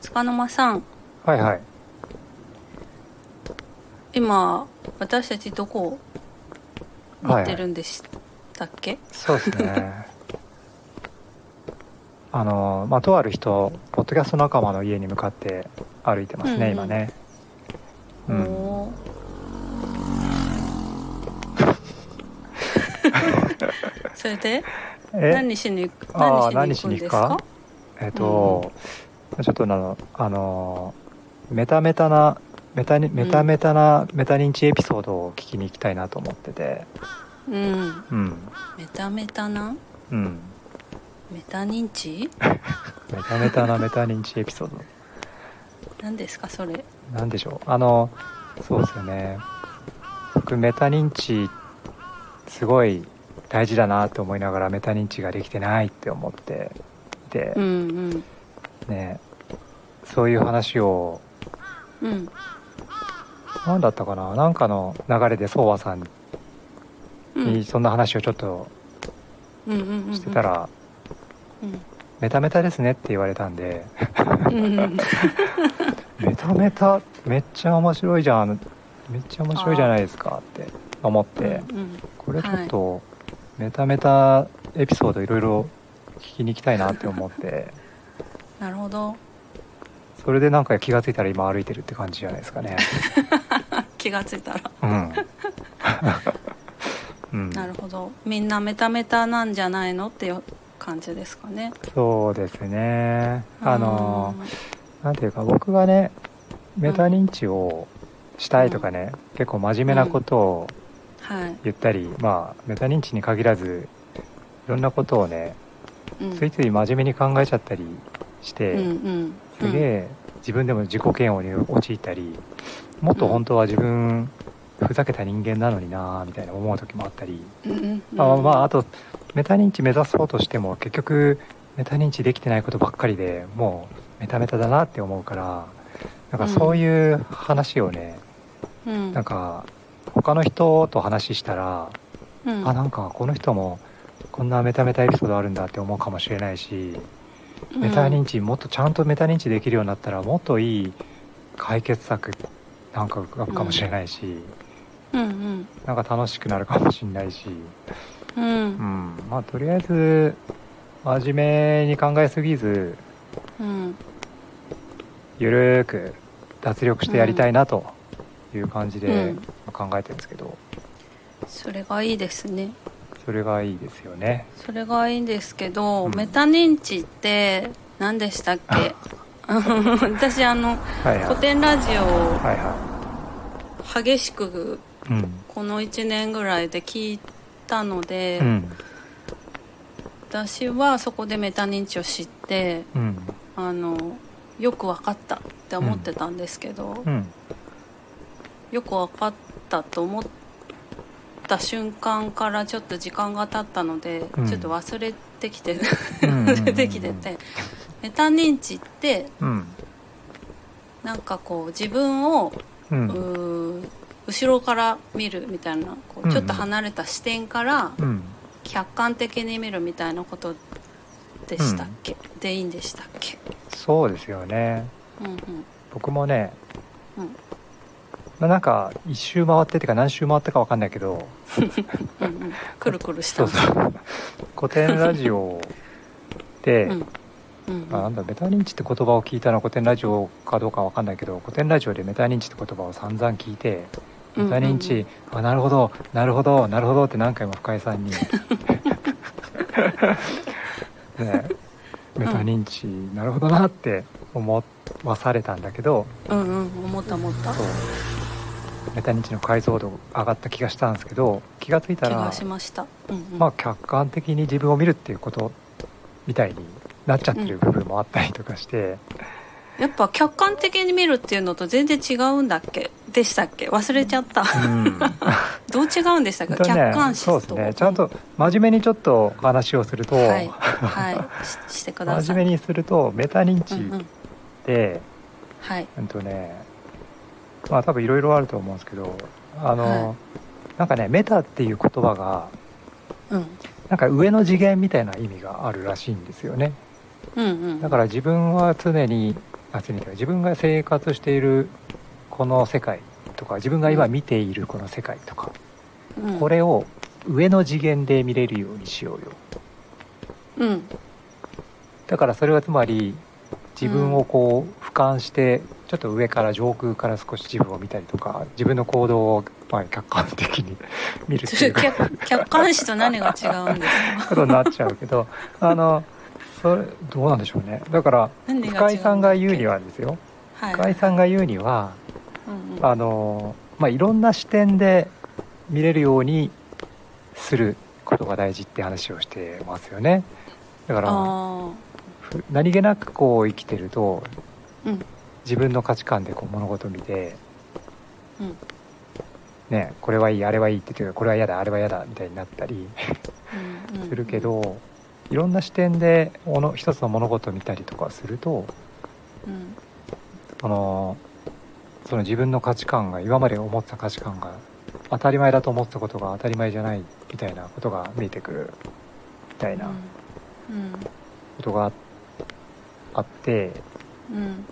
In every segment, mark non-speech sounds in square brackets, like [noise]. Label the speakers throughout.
Speaker 1: つかの間さん
Speaker 2: はいはい。
Speaker 1: 今私たちどこを
Speaker 2: は
Speaker 1: 見
Speaker 2: い、は
Speaker 1: てる
Speaker 2: い。
Speaker 1: んでしたっけ、
Speaker 2: そうですね。 [laughs] あの、まあ、とある人、ポッドキャスト仲間の家に向かって歩いてますね、
Speaker 1: うんうん
Speaker 2: 今ね。う
Speaker 1: お
Speaker 2: ん。
Speaker 1: おー [laughs] それで
Speaker 2: え、
Speaker 1: 何しに行く
Speaker 2: あー
Speaker 1: 何しに行くんです
Speaker 2: 何
Speaker 1: か
Speaker 2: しえっと、ちょっとあの、あの、メタメタな、メタにメタメタな、メタ認知エピソードを聞きに行きたいなと思ってて。
Speaker 1: うん
Speaker 2: うん。
Speaker 1: メタメタな
Speaker 2: うん。
Speaker 1: メタ認知
Speaker 2: メタメタなメタ認知エピソード。
Speaker 1: 何ですかそれ
Speaker 2: なんでしょうあのそうですよね僕メタ認知すごい大事だなと思いながらメタ認知ができてないって思っていて
Speaker 1: う、ん
Speaker 2: ねそういう話を
Speaker 1: うんうん
Speaker 2: 何だったかななんかの流れでソワさん
Speaker 1: うん
Speaker 2: にそんな話をちょっと
Speaker 1: うんうんうん
Speaker 2: してたら、
Speaker 1: うん
Speaker 2: メタメタですねって言われたんで
Speaker 1: うんうん
Speaker 2: メタメタめっちゃ面白いじゃんめっちゃ面白いじゃないですかって思って。
Speaker 1: うん
Speaker 2: これちょっとメタメタエピソードいろいろ聞きに行きたいなって思って
Speaker 1: [laughs] なるほど
Speaker 2: それでなんか気がついたら今歩いてるって感じじゃないですかね
Speaker 1: 気がついたら
Speaker 2: うん
Speaker 1: [laughs]
Speaker 2: うん、
Speaker 1: なるほどみんなメタメタなんじゃないのっていう感じですかね
Speaker 2: そうですねあのなんていうか僕がねメタ認知をしたいとかね、結構真面目なことを
Speaker 1: あーはい、
Speaker 2: 言ったり、まあメタ認知に限らずいろんなことをね
Speaker 1: うん、
Speaker 2: ついつい真面目に考えちゃったりして、
Speaker 1: うんうん
Speaker 2: すげえ自分でも自己嫌悪に陥ったりもっと本当は自分ふざけた人間なのになーみたいな思う時もあったり、
Speaker 1: うんうんうん
Speaker 2: あまああとメタ認知目指そうとしても結局メタ認知できてないことばっかりでもうメタメタだなって思うからなんかそういう話を
Speaker 1: う
Speaker 2: ね、
Speaker 1: ん
Speaker 2: なんか他の人と話したら、
Speaker 1: うん
Speaker 2: あなんかこの人もこんなメタメタエピソードあるんだって思うかもしれないしメタ認知もっとちゃんとメタ認知できるようになったらもっといい解決策なんかがあるかもしれないし、
Speaker 1: うん
Speaker 2: なんか楽しくなるかもしれないし、
Speaker 1: うんうん
Speaker 2: うんまあとりあえず真面目に考えすぎず
Speaker 1: うん
Speaker 2: ゆるーく脱力してやりたいなという感じ
Speaker 1: う
Speaker 2: で
Speaker 1: ん
Speaker 2: 考えてるんですけど、
Speaker 1: それがいいですね
Speaker 2: それがいいですよね。
Speaker 1: それがいいんですけど、
Speaker 2: うん
Speaker 1: メタ認知って何でしたっけ [laughs] 私あの
Speaker 2: はいはい
Speaker 1: 古典ラジオ
Speaker 2: はいは
Speaker 1: を激しく
Speaker 2: い。うん。
Speaker 1: この1年ぐらいで聞いたので、
Speaker 2: うん。
Speaker 1: 私はそこでメタ認知を知って
Speaker 2: うん。
Speaker 1: あのよく分かったって思ってたんですけど、
Speaker 2: うん。
Speaker 1: よく分かったと思った瞬間からちょっと時間が経ったので、
Speaker 2: うん
Speaker 1: ちょっと忘れてきて
Speaker 2: うん
Speaker 1: [laughs] 忘れてきててメタ認知って
Speaker 2: うん。
Speaker 1: なんかこう自分を、
Speaker 2: う。
Speaker 1: うんー後ろから見るみたいなこ
Speaker 2: うん
Speaker 1: う
Speaker 2: う
Speaker 1: んちょっと離れた視点から
Speaker 2: うん。
Speaker 1: 客観的に見るみたいなことでしたっけ、でいいんでしたっけ
Speaker 2: そうですよね。
Speaker 1: うん
Speaker 2: 僕もね、
Speaker 1: うん
Speaker 2: まあなんか一周回ってってか何周回ったかわかんないけど
Speaker 1: うんうんうんくるくるした
Speaker 2: そうそう [laughs] 古典ラジオで、
Speaker 1: うんうん
Speaker 2: あなんだメタ認知って言葉を聞いたのは古典ラジオかどうかわかんないけど古典ラジオでメタ認知って言葉を散々聞いてメタ認知、
Speaker 1: うん
Speaker 2: あなるほどなるほどなるほどって何回も深井さ
Speaker 1: [laughs]
Speaker 2: んにねメタ認知、なるほどなって思わされたんだけど、
Speaker 1: うんうん思った思った
Speaker 2: そうメタ認知の解像度上がった気がしたんですけど気がついた
Speaker 1: 気
Speaker 2: ら
Speaker 1: がしました、うんうん
Speaker 2: まあ客観的に自分を見るっていうことみたいになっちゃってる部分もあったりとかして、
Speaker 1: やっぱ客観的に見るっていうのと全然違うんだっけでしたっけ忘れちゃった、 [laughs]
Speaker 2: うん、
Speaker 1: どう違うんでしたっけ、
Speaker 2: 本当
Speaker 1: 客
Speaker 2: にね
Speaker 1: 観視
Speaker 2: そうですねちゃんと真面目にちょっとお話をすると、
Speaker 1: はい
Speaker 2: [laughs]
Speaker 1: はいししてくださ
Speaker 2: 真
Speaker 1: い
Speaker 2: 面目にするとメタ認知
Speaker 1: うんう
Speaker 2: っ
Speaker 1: ん
Speaker 2: て、
Speaker 1: はい
Speaker 2: うんとねまあ多分いろいろあると思うんですけどあの、
Speaker 1: はい
Speaker 2: なんかねメタっていう言葉が
Speaker 1: うん
Speaker 2: なんか上の次元みたいな意味があるらしいんですよね
Speaker 1: うんうん
Speaker 2: だから自分は常にあつにか自分が生活しているこの世界とか自分が今見ているこの世界とか、
Speaker 1: うん、
Speaker 2: これを上の次元で見れるようにしようよ
Speaker 1: うん
Speaker 2: だからそれはつまり自分をこう俯瞰してちょっと上から上空から少し自分を見たりとか自分の行動をまあ客観的に [laughs] 見るっていうか
Speaker 1: 客客観視と何が違うんですか
Speaker 2: [laughs] ことになっちゃうけどあのそれどうなんでしょうねだから
Speaker 1: 何が違うんだっ
Speaker 2: 深
Speaker 1: け
Speaker 2: 井さんが言うにはですよ
Speaker 1: はい
Speaker 2: 深井さんが言うには
Speaker 1: うんうん
Speaker 2: あの、まあ、いろんな視点で見れるようにすることが大事って話をしてますよねだから
Speaker 1: あ
Speaker 2: ふ何気なくこう生きてると、
Speaker 1: うん
Speaker 2: 自分の価値観でこう物事を見て、
Speaker 1: うん
Speaker 2: ねこれはいいあれはいいって言ってこれは嫌だあれは嫌だみたいになったり
Speaker 1: ーうんうん
Speaker 2: するけど、いろんな視点でもの一つの物事を見たりとかすると
Speaker 1: うん
Speaker 2: そのその自分の価値観が今まで思った価値観が当たり前だと思ってたことが当たり前じゃないみたいなことが見えてくるみたいな
Speaker 1: うん
Speaker 2: ことがああって
Speaker 1: うんうん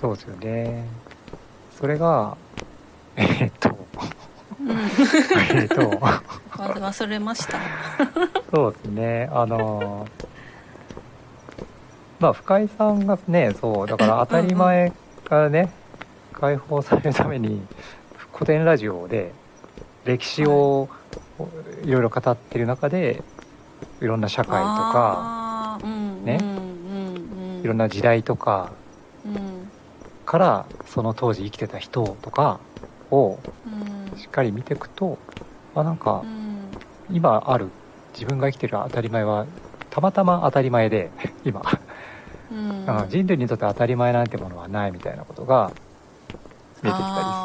Speaker 2: そうですよねそれがえーっと
Speaker 1: うん
Speaker 2: えーっと
Speaker 1: わ [laughs] 忘れました
Speaker 2: そうですねあの [laughs] まあ深井さんがねそうだから当たり前からね解放されるために古典ラジオで歴史をいろいろ語ってる中でいろんな社会とか
Speaker 1: あーうん
Speaker 2: ね
Speaker 1: うんうんうん
Speaker 2: いろんな時代とか
Speaker 1: うんうん
Speaker 2: からその当時生きてた人とかをしっかり見ていくとあなんか
Speaker 1: うん
Speaker 2: 今ある自分が生きてる当たり前はたまたま当たり前で今
Speaker 1: うん
Speaker 2: うん人類にとって当たり前なんてものはないみたいなことが見えてきたり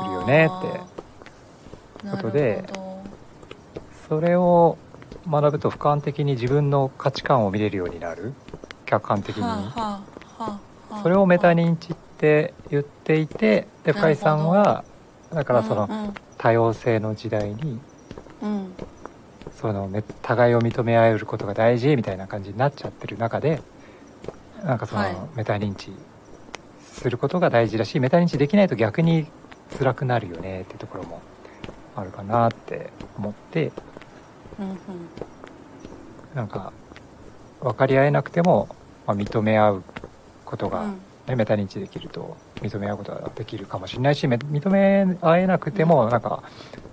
Speaker 2: するよねって
Speaker 1: て
Speaker 2: ことでそれを学ぶと俯瞰的に自分の価値観を見れるようになる客観的に、それをメタ認知って言っていて
Speaker 1: なる
Speaker 2: で
Speaker 1: ほど
Speaker 2: 深井さんはだからその
Speaker 1: の
Speaker 2: 多様性の時代に
Speaker 1: うん
Speaker 2: そのめ互いを認め合えることが大事みたいな感じになっちゃってる中でなんかそ
Speaker 1: はい
Speaker 2: のメタ認知することが大事だし、メタ認知できないと逆に辛くなるよねっていうところもあるかなって思って
Speaker 1: うんうん
Speaker 2: なんか分かり合えなくても、まあ、認め合うこと
Speaker 1: う
Speaker 2: が、ね
Speaker 1: ん
Speaker 2: メタ認知できると認め合うことができるかもしれないしめ認め合えなくてもなんか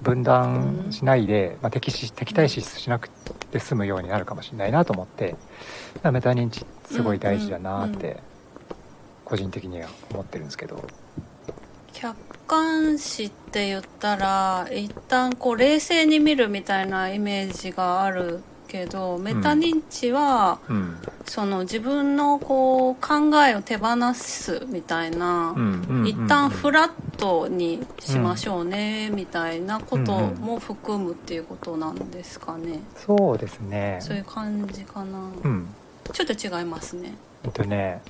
Speaker 2: 分断しないで、まあ、敵視敵対視しなくて済むようになるかもしれないなと思ってだからメタ認知すごい大事だなっ
Speaker 1: うんう
Speaker 2: て個人的には思ってるんですけど。
Speaker 1: 客観視って言ったら一旦こう冷静に見るみたいなイメージがあるけどメタ認知は、
Speaker 2: うん
Speaker 1: その自分のこう考えを手放すみたいな、
Speaker 2: うんうん
Speaker 1: 一旦フラットにしましょうねみたいなことも含むっていうことなんですかね、
Speaker 2: そうですね
Speaker 1: そういう感じかな、
Speaker 2: うん
Speaker 1: ちょっと違いますね
Speaker 2: えっとね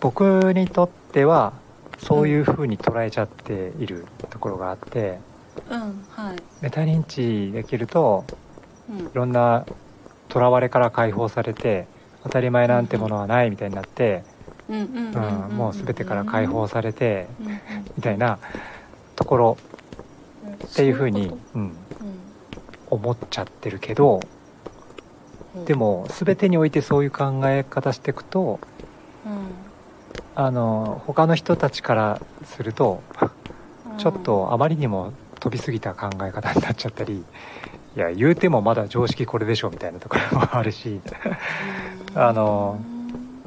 Speaker 2: 僕にとってはそういう風に捉えちゃっているところがあって、
Speaker 1: うんはい
Speaker 2: メタ認知できると
Speaker 1: うん
Speaker 2: いろんなとらわれから解放されて当たり前なんてものはないみたいになって、
Speaker 1: うんうん
Speaker 2: う
Speaker 1: ん
Speaker 2: ん
Speaker 1: ん
Speaker 2: もう全てから解放されて
Speaker 1: うんうん
Speaker 2: みたいなところ
Speaker 1: うん
Speaker 2: っていう風
Speaker 1: そ
Speaker 2: に
Speaker 1: こ
Speaker 2: うん、
Speaker 1: とうん
Speaker 2: 思っちゃってるけど
Speaker 1: うん
Speaker 2: でも全てにおいてそういう考え方していくと
Speaker 1: うん
Speaker 2: あの他の人たちからすると
Speaker 1: うん
Speaker 2: ちょっとあまりにも飛びすぎた考え方になっちゃったり。いや言うてもまだ常識これでしょみたいなところもあるし
Speaker 1: うん
Speaker 2: あの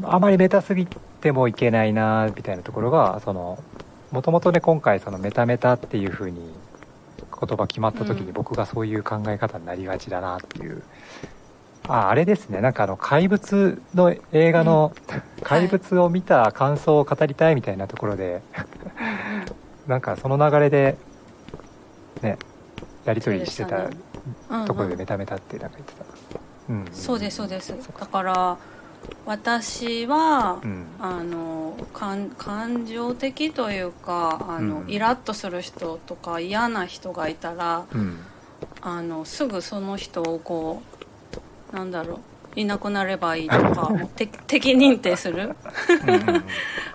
Speaker 2: あまりメタすぎてもいけないなみたいなところがそのもともとね今回そのメタメタっていう風に言葉決まった時
Speaker 1: う
Speaker 2: に
Speaker 1: ん
Speaker 2: 僕がそういう考え方になりがちだなっていう、ああれですねなんかあの怪物の映画の、怪物を見た感想を語りたいみたいなところで、 [laughs] なんかその流れでねやり取りして
Speaker 1: そう
Speaker 2: た
Speaker 1: でうんうん
Speaker 2: ところでメタメタってなんか言ってた、うん
Speaker 1: そうですそうです
Speaker 2: そっか
Speaker 1: だから私は、
Speaker 2: うん
Speaker 1: あの感感情的というかあの、
Speaker 2: うん
Speaker 1: イラッとする人とか嫌な人がいたら
Speaker 2: うん
Speaker 1: あのすぐその人をこうなんだろういなくなればいいとか
Speaker 2: [laughs]
Speaker 1: て敵認定する
Speaker 2: うん
Speaker 1: [laughs]
Speaker 2: うんうん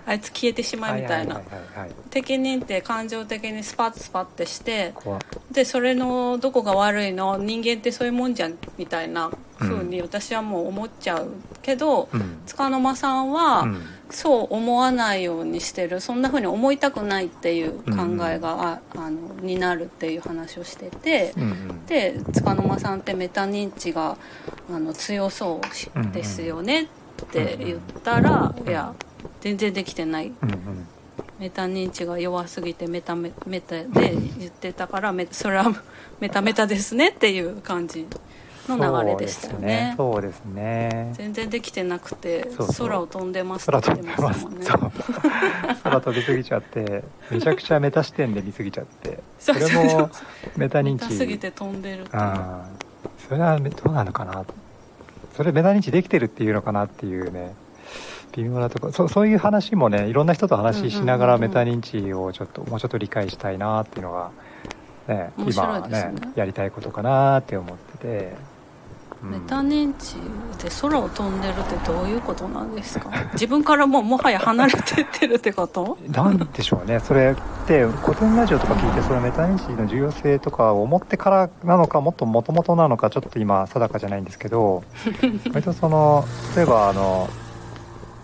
Speaker 1: あいつ消えてしま
Speaker 2: は
Speaker 1: う
Speaker 2: い
Speaker 1: み
Speaker 2: は
Speaker 1: た
Speaker 2: い
Speaker 1: い
Speaker 2: は
Speaker 1: ない
Speaker 2: はいはい
Speaker 1: 敵認定感情的にスパッスパッてして
Speaker 2: 怖っ
Speaker 1: でそれのどこが悪いの人間ってそういうもんじゃんみたいな風に私はもう思っちゃうけど、
Speaker 2: うん
Speaker 1: つかの間さんは、
Speaker 2: うん
Speaker 1: そう思わないようにしてるそんな風に思いたくないっていう考えが、ああのになるっていう話をしてて
Speaker 2: うんうん
Speaker 1: で束の間さんってメタ認知があの強そうですよねって言ったら、
Speaker 2: うん
Speaker 1: いや全然できてない
Speaker 2: うんうん
Speaker 1: メタ認知が弱すぎてメタメメタで言ってたからメそれは [laughs] メタメタですねっていう感じの流れでしたよね。
Speaker 2: そうですね。そうですね
Speaker 1: 全然できてなくて
Speaker 2: そうそう
Speaker 1: 空を飛んでます
Speaker 2: 空
Speaker 1: って
Speaker 2: 飛
Speaker 1: 言
Speaker 2: ん
Speaker 1: っ
Speaker 2: で
Speaker 1: て
Speaker 2: ま
Speaker 1: まし
Speaker 2: す
Speaker 1: たもん。ね
Speaker 2: そ。う空飛びすぎちゃって、めちゃくちゃメタ視点で見すぎちゃって、
Speaker 1: そ
Speaker 2: そう
Speaker 1: そう
Speaker 2: れ
Speaker 1: そう
Speaker 2: もメタ認
Speaker 1: 痛すぎ
Speaker 2: 知。
Speaker 1: て飛んでるっていう
Speaker 2: ああ、それはどうなのかな。それメタ認知できてるっていうのかなっていうね。微妙なとこそうそういう話もねいろんな人と話しながら
Speaker 1: うんうん
Speaker 2: メ
Speaker 1: うん
Speaker 2: タ認知をちょっともうちょっと理解したいなっていうのが、ね、
Speaker 1: 面白い
Speaker 2: 今
Speaker 1: です
Speaker 2: ね
Speaker 1: ね
Speaker 2: やりたいことかなって思ってて、うん
Speaker 1: メタ認知で空を飛んでるってどういうことなんですか [laughs] 自分からもうもはや離れてってるってこと
Speaker 2: なんでしょうね、それって古典ラジオとか聞いて、そのメタ認知の重要性とかを思ってからなのか、もっともともとなのか、ちょっと今、定かじゃないんですけど、割とその、例えばあの、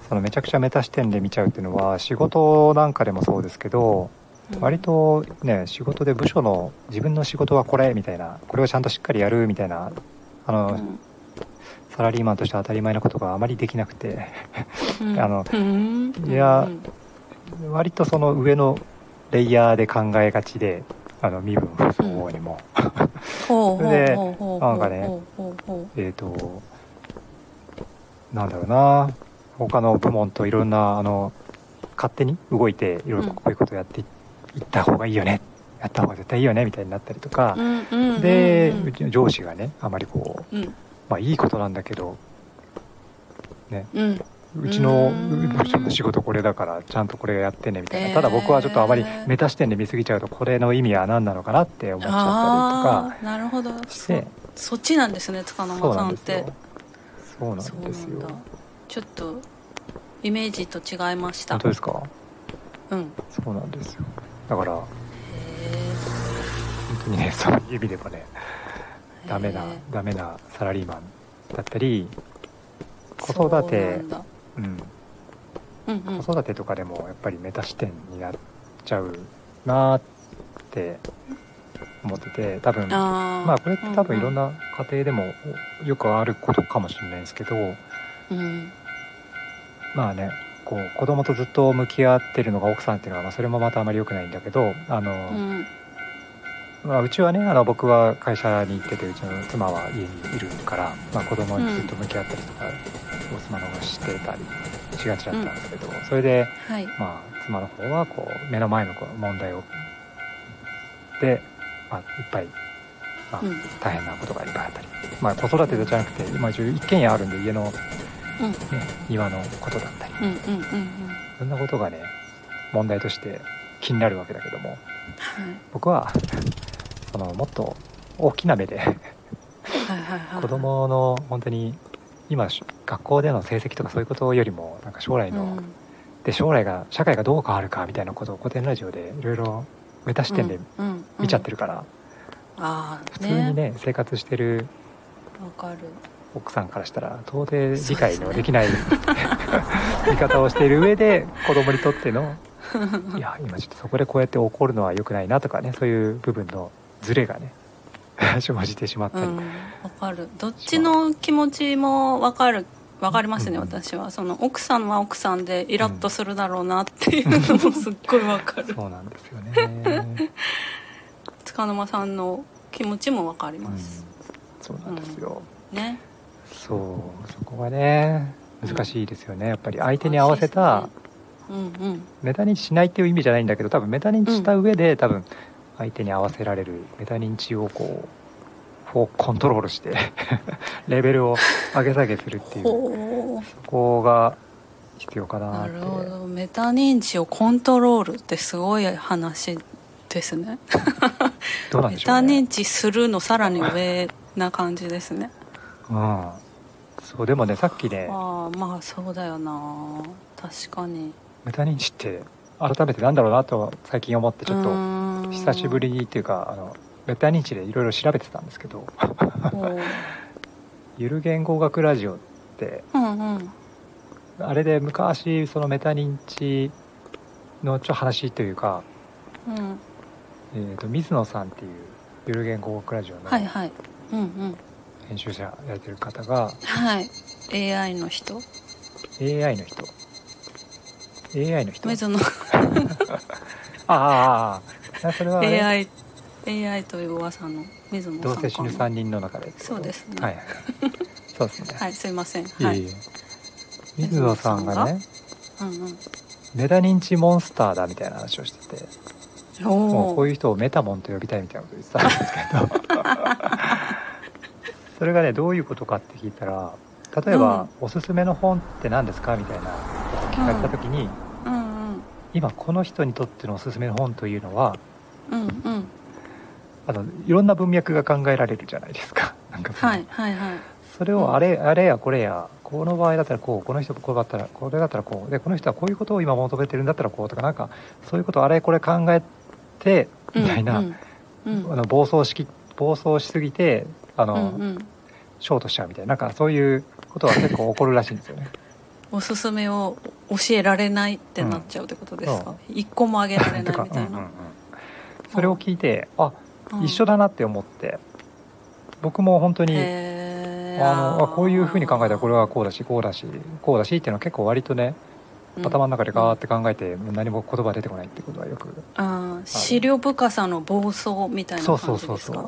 Speaker 2: そのめちゃくちゃメタ視点で見ちゃうっていうのは、仕事なんかでもそうですけど、割とね、仕事で部署の自分の仕事はこれみたいな、これをちゃんとしっかりやるみたいな、あ
Speaker 1: う
Speaker 2: の、
Speaker 1: ん
Speaker 2: サラリーマンとして当たり前のことがあまりできなくて。
Speaker 1: うん
Speaker 2: あの
Speaker 1: うん
Speaker 2: いや
Speaker 1: うん
Speaker 2: 割とその上のレイヤーで考えがちであの身分不相応にも、
Speaker 1: ほうほう
Speaker 2: それで
Speaker 1: ほうほう
Speaker 2: なんかね
Speaker 1: ほうほうほ
Speaker 2: えっ、となんだろうな他の部門といろんなあの勝手に動いていろいろ
Speaker 1: うん
Speaker 2: こういうことやっていいった方がいいよねやった方が絶対いいよねみたいになったりとか
Speaker 1: う、うんうんうん
Speaker 2: で、
Speaker 1: う
Speaker 2: うんちの上司がねあまりこう
Speaker 1: うん
Speaker 2: まあいいことなんだけど
Speaker 1: うん
Speaker 2: うちの
Speaker 1: うん
Speaker 2: 部署の仕事これだからちゃんとこれやってねみたいな、
Speaker 1: えー
Speaker 2: ただ僕はちょっとあまりメタ視点で見すぎちゃうとこれの意味は何なのかなって思っちゃったりと
Speaker 1: ああなるほど
Speaker 2: かし
Speaker 1: そ
Speaker 2: て。
Speaker 1: そっちなんですね塚の
Speaker 2: そう
Speaker 1: 間
Speaker 2: な
Speaker 1: さ
Speaker 2: ん
Speaker 1: ん
Speaker 2: で
Speaker 1: っ
Speaker 2: すよ
Speaker 1: て。
Speaker 2: そうな
Speaker 1: そうんな
Speaker 2: です
Speaker 1: んだ。
Speaker 2: よ
Speaker 1: ちょっとイメージと違いました
Speaker 2: 本当ですか。
Speaker 1: うん
Speaker 2: そうなんですよ。だから、本
Speaker 1: へ
Speaker 2: 当にね、 [laughs] そういう意味でもね、
Speaker 1: ー
Speaker 2: ダメな
Speaker 1: へー、
Speaker 2: ダメなサラリーマンだったり、子育
Speaker 1: そ
Speaker 2: て
Speaker 1: うなんだ
Speaker 2: うん、
Speaker 1: うんうん
Speaker 2: 子育てとかでもやっぱりメタ視点になっちゃうなーって思ってて、多分、ま
Speaker 1: あー
Speaker 2: あこれって多分いろん、な家庭でもよくあることかもしれないですけど、
Speaker 1: うんうん
Speaker 2: まあね、こう子供とずっと向き合ってるのが奥さんっていうのは、まあ、それもまたあまり良くないんだけど、あの、
Speaker 1: うん
Speaker 2: まあ、うちはねあの僕は会社に行っててうちの妻は家にいるから、まあ、子供にずっと向き合ったりとか、お妻の方がしてたりしがちだったんですけど、それで、
Speaker 1: はい、
Speaker 2: まあ、妻の方はこう目の前のこう問題をで、まあ、いっぱい
Speaker 1: うんうん
Speaker 2: 大変なことがいっぱいあったり、まあ、子育てじゃなくて、まあ、一応一軒家あるんで家の、ね
Speaker 1: うん
Speaker 2: 庭のことだったり
Speaker 1: うんうんうん
Speaker 2: いろんなことがね問題として気になるわけだけども
Speaker 1: はい
Speaker 2: 僕は [laughs] そのもっと大きな目で。
Speaker 1: はいはいはい
Speaker 2: 子供の本当に今し学校での成績とかそういうことよりもなんか将来の、
Speaker 1: うん
Speaker 2: で将来が社会がどう変わるかみたいなことを古典ラジオでいろいろメタ視点で
Speaker 1: うんうん
Speaker 2: 見ちゃってるから、
Speaker 1: うんああ
Speaker 2: 普通に
Speaker 1: ね
Speaker 2: ね生活してる
Speaker 1: わかる
Speaker 2: 奥さんからしたら到底
Speaker 1: そ
Speaker 2: 理解
Speaker 1: うです
Speaker 2: の
Speaker 1: ね
Speaker 2: でき [laughs] ない、見方をしている上で子供にとってのいや今ちょっとそこでこうやって怒るのは良くないなとかねそういう部分のズレがね [laughs] 生じてしまっ
Speaker 1: う
Speaker 2: たり、
Speaker 1: んわかるどっちの気持ちもわかるわかりますね、
Speaker 2: うん
Speaker 1: 私はその奥さんは奥さんでイラッとするだろうなっていうのもすっごいわかる
Speaker 2: そうなんですよね。
Speaker 1: 塚沼さんの気持ちもわかり
Speaker 2: うん
Speaker 1: ます、
Speaker 2: そうなんですよ、
Speaker 1: ね
Speaker 2: そうそこがね難しいですよねやっぱり相手に合わせた
Speaker 1: うんうん
Speaker 2: メタ認知しないっていう意味じゃないんだけど多分メタ認知した上で、多分相手に合わせられるメタ認知をこうこうコントロールして [laughs] レベルを上げ下げするっていう
Speaker 1: ほう
Speaker 2: そこが必要かな
Speaker 1: な
Speaker 2: っ
Speaker 1: る
Speaker 2: て
Speaker 1: ほどメタ認知をコントロールってすごい話ですね
Speaker 2: どうなん
Speaker 1: メ
Speaker 2: でしょ
Speaker 1: タ
Speaker 2: うね
Speaker 1: 認知するのさらに上な感じですね
Speaker 2: うんそうでもねさっきね
Speaker 1: ああまあそうだよな確かに
Speaker 2: メタ認知って改めてなんだろうなと最近思ってちょっ
Speaker 1: う
Speaker 2: と
Speaker 1: ーん
Speaker 2: 久しぶりにっていうかあのメタ認知でいろいろ調べてたんですけど
Speaker 1: お
Speaker 2: [laughs]
Speaker 1: う
Speaker 2: ゆる言語学ラジオって
Speaker 1: うんうん
Speaker 2: あれで昔そのメタ認知のちょ話というか、
Speaker 1: うん
Speaker 2: えー、と水野さんっていうゆる言語学ラジオの
Speaker 1: はいはいうんうん
Speaker 2: 編集者やってる方が、
Speaker 1: はい AI の人
Speaker 2: AI の人 AI の人
Speaker 1: メゾの
Speaker 2: あああああそれはあれ
Speaker 1: AI AI という噂の水野さんか
Speaker 2: ど
Speaker 1: な
Speaker 2: うせ死ぬ3人の中で
Speaker 1: そうですね
Speaker 2: はいはいそうですね、
Speaker 1: はいすいません
Speaker 2: いえ
Speaker 1: はい
Speaker 2: いえ水野さんがね
Speaker 1: うんうん
Speaker 2: メタ認知モンスターだみたいな話をしててもう
Speaker 1: お
Speaker 2: こ
Speaker 1: お
Speaker 2: ういう人をメタモンと呼びたいみたいなこと言ってたんですけど
Speaker 1: [laughs]
Speaker 2: それがねどういうことかって聞いたら例えば、おすすめの本って何ですか?」みたいなことを聞かれた時
Speaker 1: うん
Speaker 2: に、
Speaker 1: うん
Speaker 2: 今この人にとってのおすすめの本というのは
Speaker 1: うんうん
Speaker 2: あのいろんな文脈が考えられるじゃないですか。 [laughs] なんかその
Speaker 1: はいはいはい
Speaker 2: それをあれ,、あれやこれやこの場合だったらこうこの人こうだったらこれだったらこうでこの人はこういうことを今求めてるんだったらこうとかなんかそういうことをあれこれ考えてみたいな、
Speaker 1: うんうん
Speaker 2: あの暴走しき暴走しすぎてあ
Speaker 1: う
Speaker 2: の、
Speaker 1: んうん
Speaker 2: ショートしちゃうみたいななんかそういうことは結構起こるらしいんです
Speaker 1: [laughs]
Speaker 2: よね。
Speaker 1: おすすめを教えられないってなっちゃうってことですか、一個もあげられ
Speaker 2: と
Speaker 1: ない
Speaker 2: か
Speaker 1: みたい
Speaker 2: うんうんう、
Speaker 1: なん
Speaker 2: それを聞いてあ一緒
Speaker 1: だ
Speaker 2: だなって思って僕も本当に、
Speaker 1: へー
Speaker 2: あのあこういうふうに考えたらこれはこうだしこうだしこうだしっていうのは結構割とね
Speaker 1: うん
Speaker 2: 頭の中でガーって考えて、何も言葉出てこないってことはよく
Speaker 1: あー資料深さの暴走みたいな
Speaker 2: そ
Speaker 1: 感
Speaker 2: う
Speaker 1: じ
Speaker 2: そ
Speaker 1: で
Speaker 2: う
Speaker 1: すか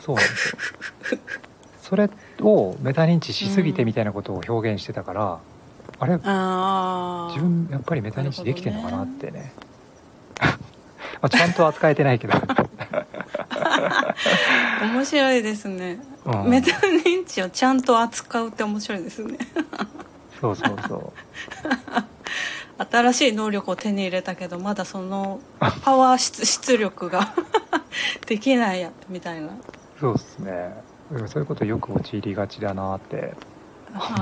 Speaker 2: そうそうそうなん
Speaker 1: [laughs]
Speaker 2: ですよそれをメタ認知しすぎてみたいなことを表現してたから、あれ
Speaker 1: ああ
Speaker 2: 自分やっぱりメタ認知できてんのかなってね [laughs] まあちゃんと扱えてないけ
Speaker 1: [laughs]
Speaker 2: ど、
Speaker 1: 面白いですね、
Speaker 2: うん
Speaker 1: メタ認知をちゃんと扱うって面白いですね
Speaker 2: そうそうそう
Speaker 1: 新しい能力を手に入れたけどまだそのパワー出出力が [laughs] できないやみたいな
Speaker 2: そうですねだからそういうことよく陥りがちだなって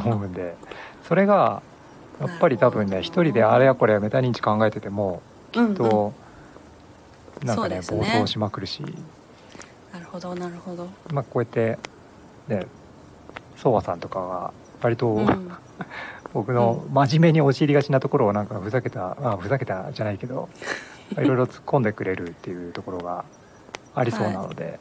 Speaker 2: 思うんでそれがやっぱり多分
Speaker 1: なる
Speaker 2: ね
Speaker 1: ほど
Speaker 2: 一人であれやこれやメタ認知考えてても
Speaker 1: きっ
Speaker 2: と、なんかね
Speaker 1: そうです
Speaker 2: 暴
Speaker 1: ね
Speaker 2: 走しまくるし、
Speaker 1: なるほどなるほど、
Speaker 2: まあ、こうやってねソワさんとかは割と、
Speaker 1: うん、
Speaker 2: 僕の真面目に陥りがちなところをなんかふざけた、あふざけたじゃないけ
Speaker 1: [laughs]
Speaker 2: どいろいろ突っ込んでくれるっていうところがありそうなので、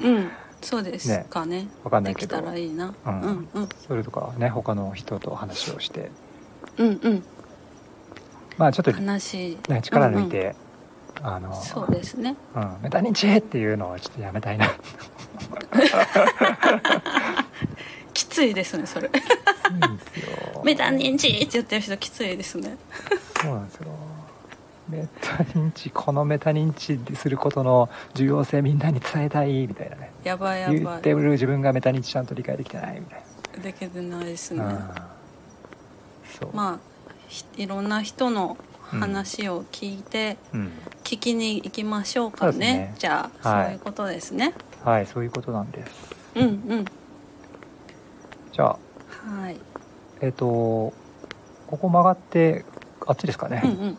Speaker 1: うん、そうですかね
Speaker 2: わかんな
Speaker 1: で
Speaker 2: いけ
Speaker 1: き
Speaker 2: ど
Speaker 1: たらいいな、
Speaker 2: う
Speaker 1: うんん、うんうん
Speaker 2: それとかね他の人と話をして
Speaker 1: うん
Speaker 2: まあちょっと、ね、
Speaker 1: 話
Speaker 2: 力抜いて、あの
Speaker 1: そうですね
Speaker 2: うん、メタ認知っていうのをちょっとやめたいな
Speaker 1: きついですねそれ
Speaker 2: いいんですよ
Speaker 1: メタ認知って言ってる人きついですね
Speaker 2: そうなんですよメタ認知このメタ認知することの重要性みんなに伝えたいみたいなね
Speaker 1: やばいや
Speaker 2: 言
Speaker 1: ば
Speaker 2: ってる自分がメタ認知ちゃんと理解できてないみたい
Speaker 1: いできてないですね
Speaker 2: な、うん、そう、
Speaker 1: まあひいろんな人の話を聞いて、
Speaker 2: うん、
Speaker 1: 聞きに行きましょうか
Speaker 2: そう
Speaker 1: ね
Speaker 2: ですね
Speaker 1: じゃあ、そう
Speaker 2: はい
Speaker 1: いうことですね
Speaker 2: はいそういうことなんです
Speaker 1: うんうん
Speaker 2: じゃあ
Speaker 1: はい
Speaker 2: えっ、とここ曲がってあっちですかね
Speaker 1: うんうん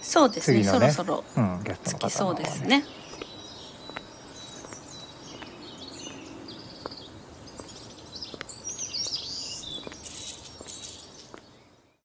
Speaker 1: そうですね
Speaker 2: 次の
Speaker 1: そ
Speaker 2: ね
Speaker 1: ろそろ
Speaker 2: うん、ゲスト
Speaker 1: つ
Speaker 2: の方
Speaker 1: き
Speaker 2: の
Speaker 1: そうですね